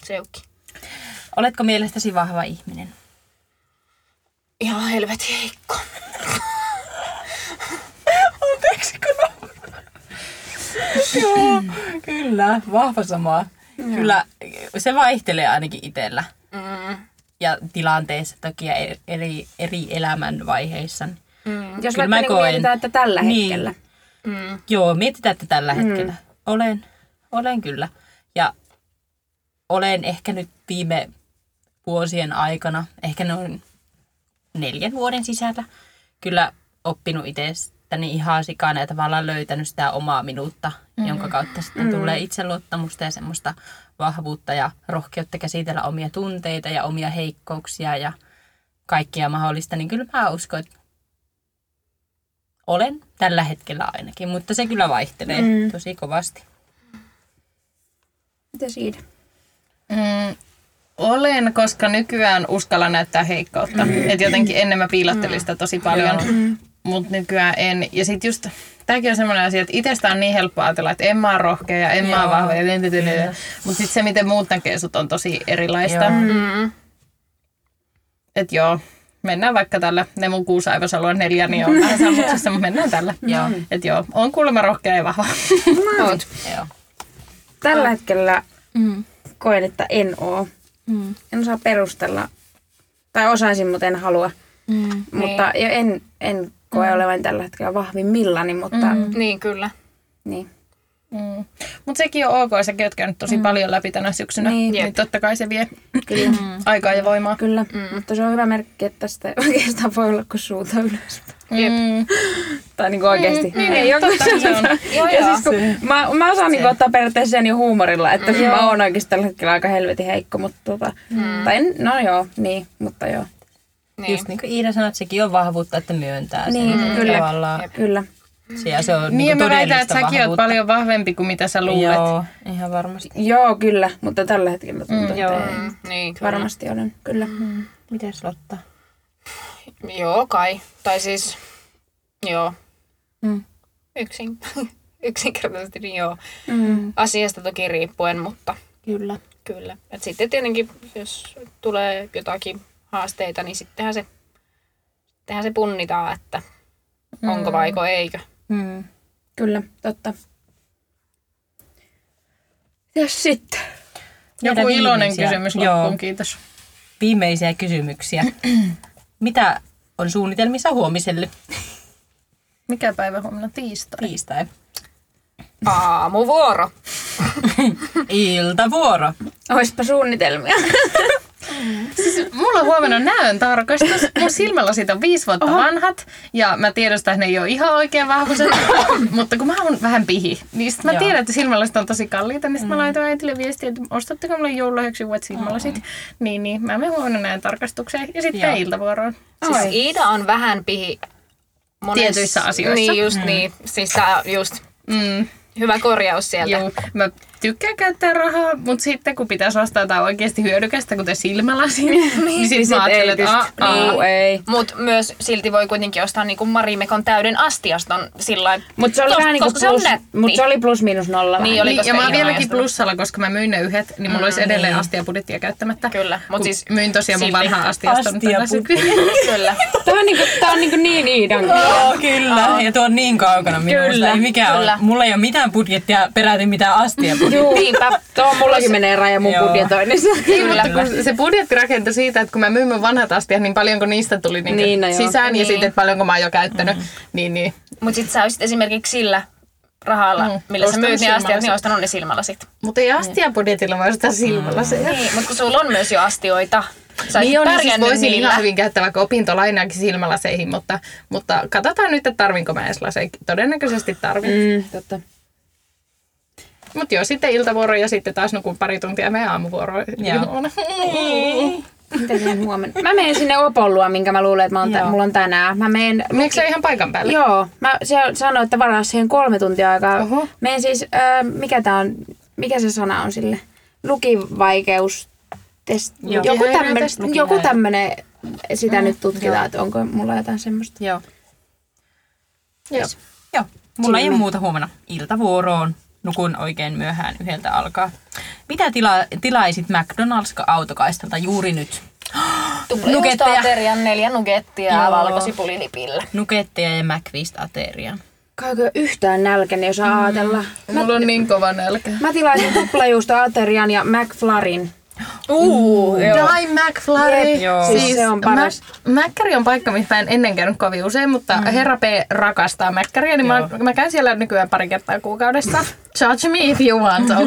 Seukki. Oletko mielestäsi vahva ihminen? Ihan helvetin heikko. Joo, kyllä. Vahva sama. Kyllä, se vaihtelee ainakin itsellä. Mm. Ja tilanteessa toki ja eri- eri, eri elämänvaiheissa. Mm. Jos Kyllä vaikka mä niin koen. mietitään, että tällä Niin. hetkellä. Mm. Mm. Joo, mietitään, että tällä hetkellä. Olen, olen kyllä. Ja olen ehkä nyt viime vuosien aikana, ehkä noin neljän vuoden sisällä, kyllä oppinut itsestäni ihan sikana ja tavallaan löytänyt sitä omaa minuutta, Mm. mm-hmm. jonka kautta sitten mm-hmm. tulee itseluottamusta ja semmoista vahvuutta ja rohkeutta käsitellä omia tunteita ja omia heikkouksia ja kaikkia mahdollista, niin kyllä mä uskon, että olen tällä hetkellä ainakin, mutta se kyllä vaihtelee mm. tosi kovasti. Mitä siitä? Mm, olen, koska nykyään uskalla näyttää heikkoutta. Mm. Et jotenkin ennen mä Mm. piilottelin sitä tosi paljon, mutta nykyään en. Ja sitten just, tämäkin on semmoinen asia, että itsestä on niin helppo ajatella, että en mä ole rohkea ja en mä Joo. ole vahva. Mutta sitten se, miten muut näkee sut, on tosi erilaista. Joo. Mm. Että joo, mennään vaikka tällä. Ne mun kuusi aivosalua neljä, niin on vähän sammuksessa, mutta mennään tällä. Joo. Että joo, on kuulemma rohkea ja vahva. Oot. Joo. Tällä hetkellä Mm. koen, että en oo. Mm. En osaa perustella. Tai osaisin, mutta en halua. Mm. Mutta jo en, en koe Niin. mm. olevan tällä hetkellä vahvimmillani, mutta mm. Niin kyllä. niin. Mm. Mutta sekin on ok, säkin oot käynyt tosi mm. paljon läpi tänä syksynä. Niin. Niin, Jep. niin totta kai se vie Kyllä. aikaa ja voimaa. Kyllä, mm. mutta se on hyvä merkki, että tästä ei oikeastaan voi olla kuin suuta ylös. Mm. Tai niinku oikeesti. Mm, niin, ei oo totta kuin se on. suuta- Joo, Ja joo. siis kun mä, mä osaan niinku ottaa periaatteessa sen jo huumorilla, että mm. mä oon oikeesti tällä hetkellä aika helvetin heikko, mutta tota, mm. tai en, no joo, niin, mutta joo. Niin. Just niin kuin Iida sanoi, että sekin on vahvuutta, että myöntää sen. Niin, että kyllä. Tavallaan Kyllä. se, ja se on Niin, ja niin mä väitän, todellista että säkin oot vahvuutta. paljon vahvempi kuin mitä sä luulet. Joo, ihan varmasti. Joo, kyllä, mutta tällä hetkellä tuntuu, mm, joo. että ei. Mm, niin kyllä. Varmasti olen, kyllä. Mm. Mites Lotta? Joo, kai. Tai siis, joo. Mm. Yksin, yksinkertaisesti niin joo. Mm. Asiasta toki riippuen, mutta Kyllä. kyllä. Et sitten tietenkin, jos tulee jotakin haasteita, niin sittenhän se, sittenhän se punnitaan, että onko vaiko eikö. Mm. Kyllä, totta. Ja sitten. Joku Mitä iloinen viimeisiä? kysymys Joo. loppuun, kiitos. Viimeisiä kysymyksiä. Mitä on suunnitelmissa huomiselle? Mikä päivä huomenna? Tiistai. Tiistai. Aamuvuoro. Iltavuoro. Oispa suunnitelmia. Siis mulla huomenna näön tarkastus. Mun silmälasit on viisi vuotta Oho. vanhat ja mä tiedostan, että ne ei ole ihan oikein vahvuiset. mutta kun mä oon vähän pihi, niin sit mä Joo. tiedän, että silmälasit on tosi kalliita. Niin sit mä laitoin äitille viestiä, että ostatteko mulle joululahjaksi uudet silmälasit. Niin, niin. Mä menen huomenna näön tarkastukseen ja Joo. sitten iltavuoroon. Siis Oi. Iida on vähän pihi monessa- Tietyissä asioissa. Niin just mm. niin. Siis tää just Mm. hyvä korjaus sieltä. Joo, mä tykkään käyttää rahaa, mutta sitten kun pitäisi ostaa jotain oikeasti hyödykästä, kuten silmälasi, niin, niin sitten Siis sit mä ei ajattelen, että pysty. Niin. aa, aa, Juu, ei. Mutta myös silti voi kuitenkin ostaa niinku Marimekon täyden astiaston sillä lailla, Mutta se oli kos- vähän niin kuin koska se on plus, nätti. mut se oli plus miinus nolla. Niin vähän. oli, Niin, koska ja mä ei oon ole vieläkin onnistunut. plussalla, koska mä myin ne yhdet, niin mulla olisi edelleen astia budjettia käyttämättä. Kyllä, mut Kun siis Myin tosiaan mun silti. vanhaa astiasta. nyt tällaisen. Kyllä. Tämä on niin kuin, tää on niin, kuin niin Iidan kuin. Joo, kyllä. Ja tuo on niin kaukana minusta. Kyllä, ei mikään kyllä. Ole. Mulla ei ole mitään budjettia, peräti mitään astia. Juu. Niinpä. Tuohon mullakin menee raja mun Joo. budjetoinnissa. Niin, Kyllä. mutta kun se budjetti rakentui siitä, että kun mä myin mun vanhat astiat, niin paljonko niistä tuli niinku Niin, no joo. sisään ja Niin. Mm. siitä, että paljonko mä oon jo käyttänyt. Niin, niin. Mutta sit sä olisit esimerkiksi sillä rahalla, Mm. mm. millä sä Ostanut myyt ne astiat, silmälasit. niin ostanut ne silmälasit. Mutta ei astiabudjetilla voi ostaa silmällä se. Niin, mutta kun sulla on myös jo astioita. Sä niin niin on, pärjännyt siis voisin niillä. ihan hyvin käyttää vaikka opintolainaakin silmälaseihin, mutta, mutta katsotaan nyt, että tarvinko mä edes laseja. Todennäköisesti tarvin. Mm. Mm, totta. Mutta joo, sitten iltavuoro ja sitten taas nukun pari tuntia meidän aamuvuoro. Joo. Mitä mä en huomenna? Mä menen sinne Opon luo, minkä mä luulen, että mä oon tä- Joo. mulla on tänään. Mä menen... Miksi se on ihan paikan päällä? Joo, mä se sanoi, että varaa siihen kolme tuntia aikaa. Oho. Menen siis, äh, mikä tää on? mikä se sana on sille? Lukivaikeus. Test, Joo. joku Lukihäiriö tämmönen, test- joku lukihäiriö. tämmönen, sitä Mm. nyt tutkitaan, joo. että onko mulla jotain semmoista. Joo. Yes. Joo, mulla ei ole niin. Sinne. muuta huomenna. Iltavuoroon. Nukun oikein myöhään yhdeltä alkaa. Mitä tila- tilaisit McDonald's-autokaistalta juuri nyt? Nugetteja. Nukettaja. neljä nugettia Joo. valkosipulilipillä. Nuketteja ja McFist aterian. Käykö yhtään nälkäni, jos mm. ajatella? Mulla on niin kova nälkä. Mä tilasin tuplajuusta aterian ja McFlarin. Uu, Mm. joo. Dai McFlurry. Jep, joo. Siis se on paras. Mä, mäkkäri on paikka, missä mä en ennen käynyt kovin usein, mutta mm. herra P mäkkäriä, niin mä, Joo. mä käyn siellä nykyään pari kertaa kuukaudessa. Judge me if you want, okei?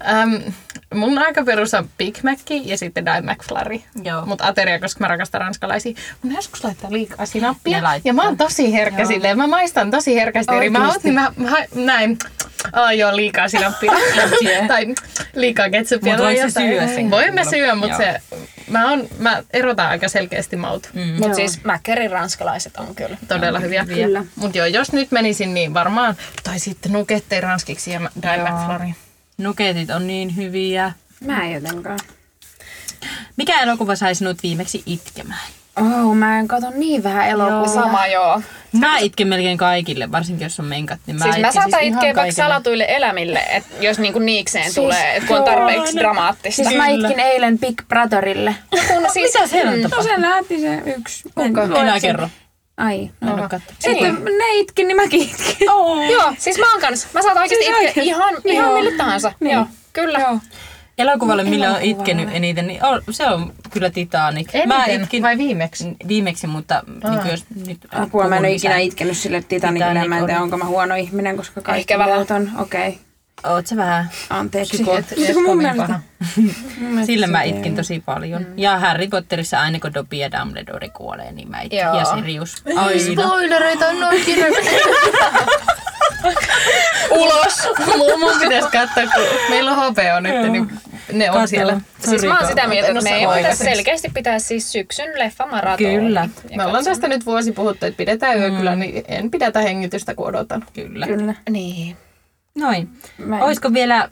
Okay? Um, mun aika perus on Big Mac ja sitten Dai McFlurry. Joo. Mutta ateria, koska mä rakastan ranskalaisia. Mun joskus laittaa liikaa sinappia. Ne laittaa. Ja mä oon tosi herkkä Joo. silleen. Mä maistan tosi herkästi eri maut, Oikeesti. niin mä, mä näin. Ai joo, liikaa sinappia. Jee. tai liikaa ketsuppia. Mut voiko se tai jotain. syödä sen Voin mä kuulemma? syödä, mutta Joo. se Mä, on, mä erotan aika selkeästi maut. Mm. Mutta Joo. siis mäkkärin ranskalaiset on kyllä. Todella hyviä. Kyllä. Mutta joo, jos nyt menisin, niin varmaan, tai sitten nukettei ranskiksi ja Dai McFlurry. Nuketit on niin hyviä. Mä en jotenkaan. Mikä elokuva sai sinut viimeksi itkemään? Oh, mä en kato niin vähän elokuvia. Sama joo. Mä itken melkein kaikille, varsinkin jos on menkat. Niin mä Siis mä itken saatan ihan itkeä vaikka kaikille. salatuille elämille, et jos niinku niikseen Siis tulee, et kun on joo. tarpeeksi dramaattista. Mm. Siis mä itkin eilen Big Brotherille. kun siis, Mitä siellä on No tapahtunut? se lähti se yksi. Kuka? Enää kerro. Ai. no. Mä en oo kattonut. Sitten ne itkin, niin mäkin itkin. Joo, siis mä oon kans. Mä saatan oikeesti Siis itkeä oikeesti. ihan, ihan Joo. mille tahansa. Niin. Joo, kyllä. Joo. Elokuvalle, millä on Elokuvalle. itkenyt eniten, niin on, se on kyllä Titanic. Mä Eniten itkin vai viimeksi? viimeksi, mutta niin kuin jos nyt Apua, mä en puhun ole ikinä lisää. itkenyt sille Titanicille. Titanic Mä en tiedä, oli- onko mä huono ihminen, koska kaikki Ehkä vähän. muut on. Okei, okay. Oot sä vähän? anteeksi. Psyko- Mutta kun mun mielestä, mun mielestä Sillä mä se ei itkin ole. tosi paljon. Mm. Ja Harry Potterissa aina kun Dobby ja Dumbledore kuolee, niin mä itkin. Joo. Ja Sirius. Aina. Spoilereita on noin Ulos! mun, mun pitäisi katsoa, kun meillä on HBO nyt, niin ne on Katso. siellä. Siis mä oon sitä mieltä, En oo että me ei samaa voida aikaiseksi. selkeästi pitää siis syksyn leffamaratonia. Kyllä, Me ollaan tästä nyt vuosi puhuttu, että pidetään Mm. yökylä, niin en pidätä hengitystä, kun odotan. kyllä. Kyllä. Niin. Noin. Mä en- Oisko vielä,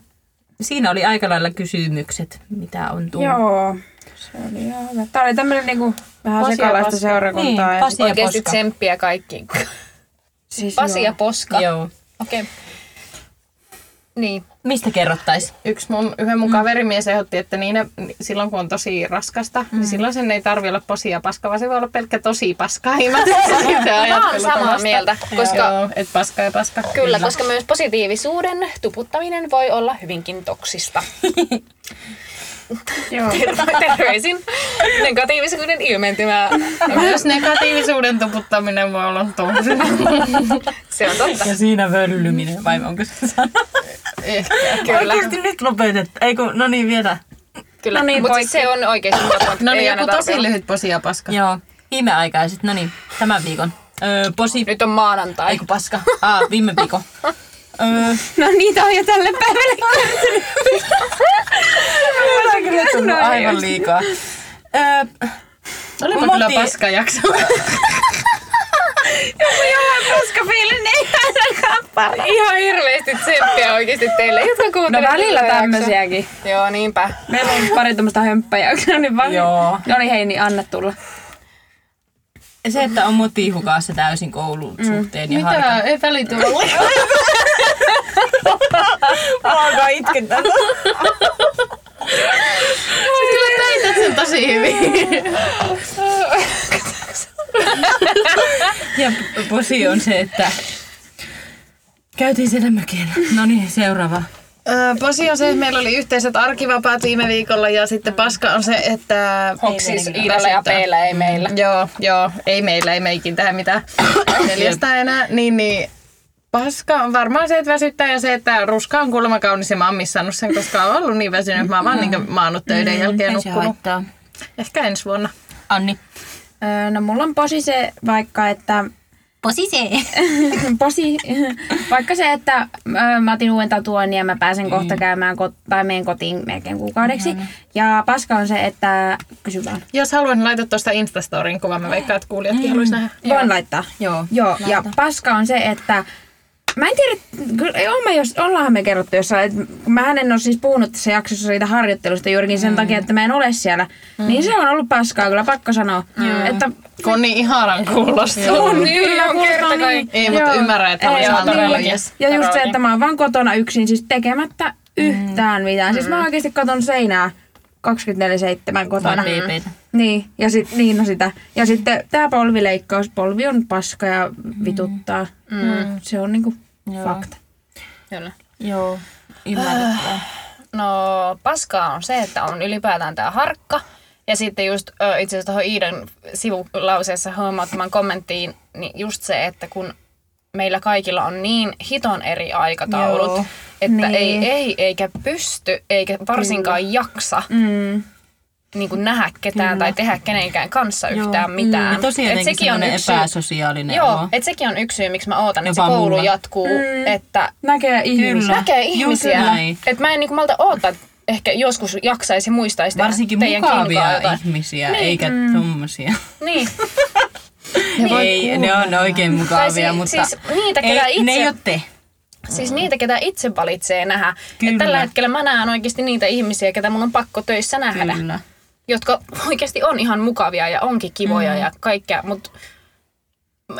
siinä oli aika lailla kysymykset, mitä on tullut. Joo, se oli ihan hyvä. Tää oli tämmönen niinku vähän Pasi ja sekalaista Pasi. seurakuntaa. Niin, ja- Pasi ja Oikeesti Poska. tsemppiä kaikkiin. Siis Pasi joo. ja poska. Joo. Okei. Okay. Niin. Mistä kerrottaisiin? Yksi mun, yhden Mm. mun kaverimies ehdotti, että niinä, ni- silloin kun on tosi raskasta, mm. niin silloin sen ei tarvi olla posi ja paska, vaan se voi olla pelkkä tosi paska. Ei mä Mä oon samaa mieltä, koska Joo, et paska ja paska. Kyllä, koska myös positiivisuuden tuputtaminen voi olla hyvinkin toksista. Joo. Terveisin negatiivisuuden ilmentymää. Myös negatiivisuuden tuputtaminen voi olla No tosi. Se on totta. Ja siinä völlyminen, vai onko se sana? Ehkä. Kyllä, Oikeasti nyt lopetet. Ei kun, no niin vielä. kyllä. No niin, Mutta siis se on oikeasti No ei niin, aina joku tarpeen. tosi lyhyt posi ja paska. Joo, viimeaikaiset, no niin, tämän viikon. Öö, posi... Nyt on maanantai. Ei kun paska. Aa, viime viikon. Öö, No niitä on jo tälle päivälle Tämä on kyllä No tullut aivan liikaa. Öö, Olipa Moti- kyllä paska jakso. koska fiilin ei ainakaan paljon. Ihan hirveästi tsemppiä oikeasti teille, jotka No kuuntelee. välillä tätä jaksoa. tämmösiäkin. Joo, niinpä. Meillä on pari tämmöistä hömppäjaksoa, niin vaan... Joo. No niin hei, niin anna tulla. se, että on motihukassa täysin koulun suhteen ja Mitä? harkat. Ei välitulla. Mä alkaa itketä. Kyllä täytät sen tosi hyvin. Ja posi on se, että käytiin siellä mökillä. No niin, seuraava. Ö, Pasi on se, että meillä oli yhteiset arkivapaat viime viikolla ja sitten paska on se, että... Hoksis Iidalla ja rasittaa. Peillä ei meillä. Mm. Joo, joo, ei meillä, ei meikin tähän mitään neljästä enää, niin, niin paska on varmaan se, että väsyttää ja se, että ruska on kuulemma kaunis ja mä oon missannut sen, koska on ollut niin väsynyt, että mä oon vaan niin maannut töiden jälkeen Ei se nukkunut. haittaa. Ehkä ensi vuonna. Anni. Öö, no mulla on posi se vaikka, että... Posi se. Posi, vaikka se, että öö, mä otin uuden tatuoinnin ja mä pääsen kohta käymään kot- tai meidän kotiin melkein kuukaudeksi. Ja paska on se, että kysy vaan. Jos haluan, niin laita tuosta Instastoriin Mm. kuvan. Mä veikkaan, että kuulijatkin haluaisi nähdä. Voin laittaa. Joo. Joo, ja paska on se, että Mä en tiedä, kyllä ei ole me jos, ollaanhan me kerrottu jossain, että kun mä en ole siis puhunut tässä jaksossa siitä harjoittelusta juurikin Mm. sen takia, että mä en ole siellä, niin se on ollut paskaa kyllä, pakko sanoa. Että Koni ihanan kuulostaa. on Niin, kyllä on kuulkaa kerta kaikkiaan. Ei, mutta ymmärrän, että Ei, tämä on niin. todellakin. Yes, Ja just se, todellakin. että mä oon vaan kotona yksin, siis tekemättä yhtään Mm. mitään. Siis mä oikeasti katon seinää 24-7 kotona. piipeitä. Niin, ja sit, niin no sitä. Ja sitten tämä polvileikkaus, polvi on paska ja vituttaa. Mm. Se on niinku Joo. fakta. Kyllä. Joo, ymmärrettävää. No paskaa on se, että on ylipäätään tämä harkka. Ja sitten just ö, itse asiassa tuohon Iidan sivulauseessa huomauttamaan kommenttiin, niin just se, että kun meillä kaikilla on niin hiton eri aikataulut, Joo. Joo. että Niin. niin. ei, ei eikä pysty eikä varsinkaan Kyllä. jaksa Mm. niin kuin nähdä ketään Kyllä. tai tehdä kenenkään kanssa Joo. yhtään mitään. Mm. Ja tosi Et jotenkin sekin on semmoinen yksi syy- epäsosiaalinen Joo, olo. et sekin on yksi syy, miksi mä ootan, että se Jopa koulu mulla. jatkuu, Mm. mm. että Näkee ihmisiä. näkee Just ihmisiä. näin. Että mä en niinku malta oottaa, että ehkä joskus jaksaisi muistaa sitä Varsinkin teidän mukavia kinkaa jotain. ihmisiä, niin. eikä mm. tommosia. Niin. Ei, ne on oikein Tai mukavia, si- mutta siis niitä, ketä ei, itse, ne ei ole te. siis niitä, ketä itse valitsee nähdä. Kyllä. Et tällä hetkellä mä näen oikeasti niitä ihmisiä, ketä mun on pakko töissä nähdä. Kyllä. Jotka oikeasti on ihan mukavia ja onkin kivoja mm. ja kaikkea, mutta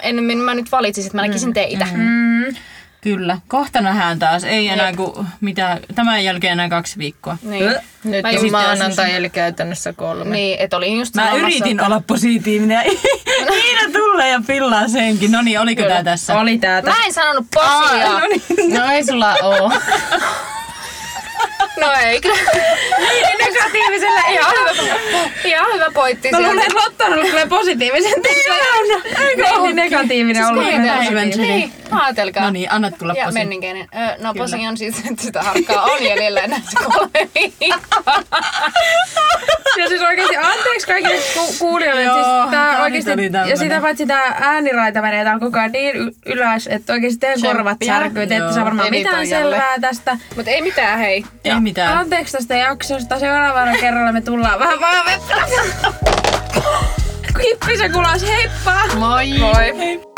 ennemmin mä nyt valitsisin, että mä näkisin teitä. Mm. Mm. Kyllä. Kohta nähdään taas. Ei enää kuin mitä, tämän jälkeen enää kaksi viikkoa. Niin. Nyt Mä on just- maanantai, eli käytännössä kolme. Niin, että olin just Mä sanomassa, yritin että- olla positiivinen ja Iina tulee ja pillaa senkin. No niin, oliko tää tässä? Oli tää. tässä. Mä en sanonut posia. No niin. No ei sulla oo. No ei kyllä. Negatiivisella ei Ihan hyvä, ihan hyvä pointti Mä luulen, sieltä. että Lotta on ollut kyllä positiivisen tässä. Eikö Siis ole negatiivinen ollut? Kuinka Päivän positiivinen? seli. Niin, ajatelkaa. No niin, anna tulla Ja posi. menninkäinen. Öö, no posi on siis, että sitä harkkaa on jäljellä enää se kolme viikkoa. Ja siis oikeesti anteeksi kaikille ku- kuulijoille. Joo, Joo, siis tää tää nyt oikeesti, oli tämmönen. ja sitä paitsi tää ääniraita menee täällä koko ajan niin y- ylös, että oikeesti teidän korvat särkyy. Te ette saa varmaan Joo. mitään Editoijalle. selvää tästä. Mutta ei mitään, hei. Ei mitään. Anteeksi tästä jaksosta. Seuraavana kerralla me tullaan vähän vaan vettä. Kippi se kulas, heippa! Moi! Moi. Heippa!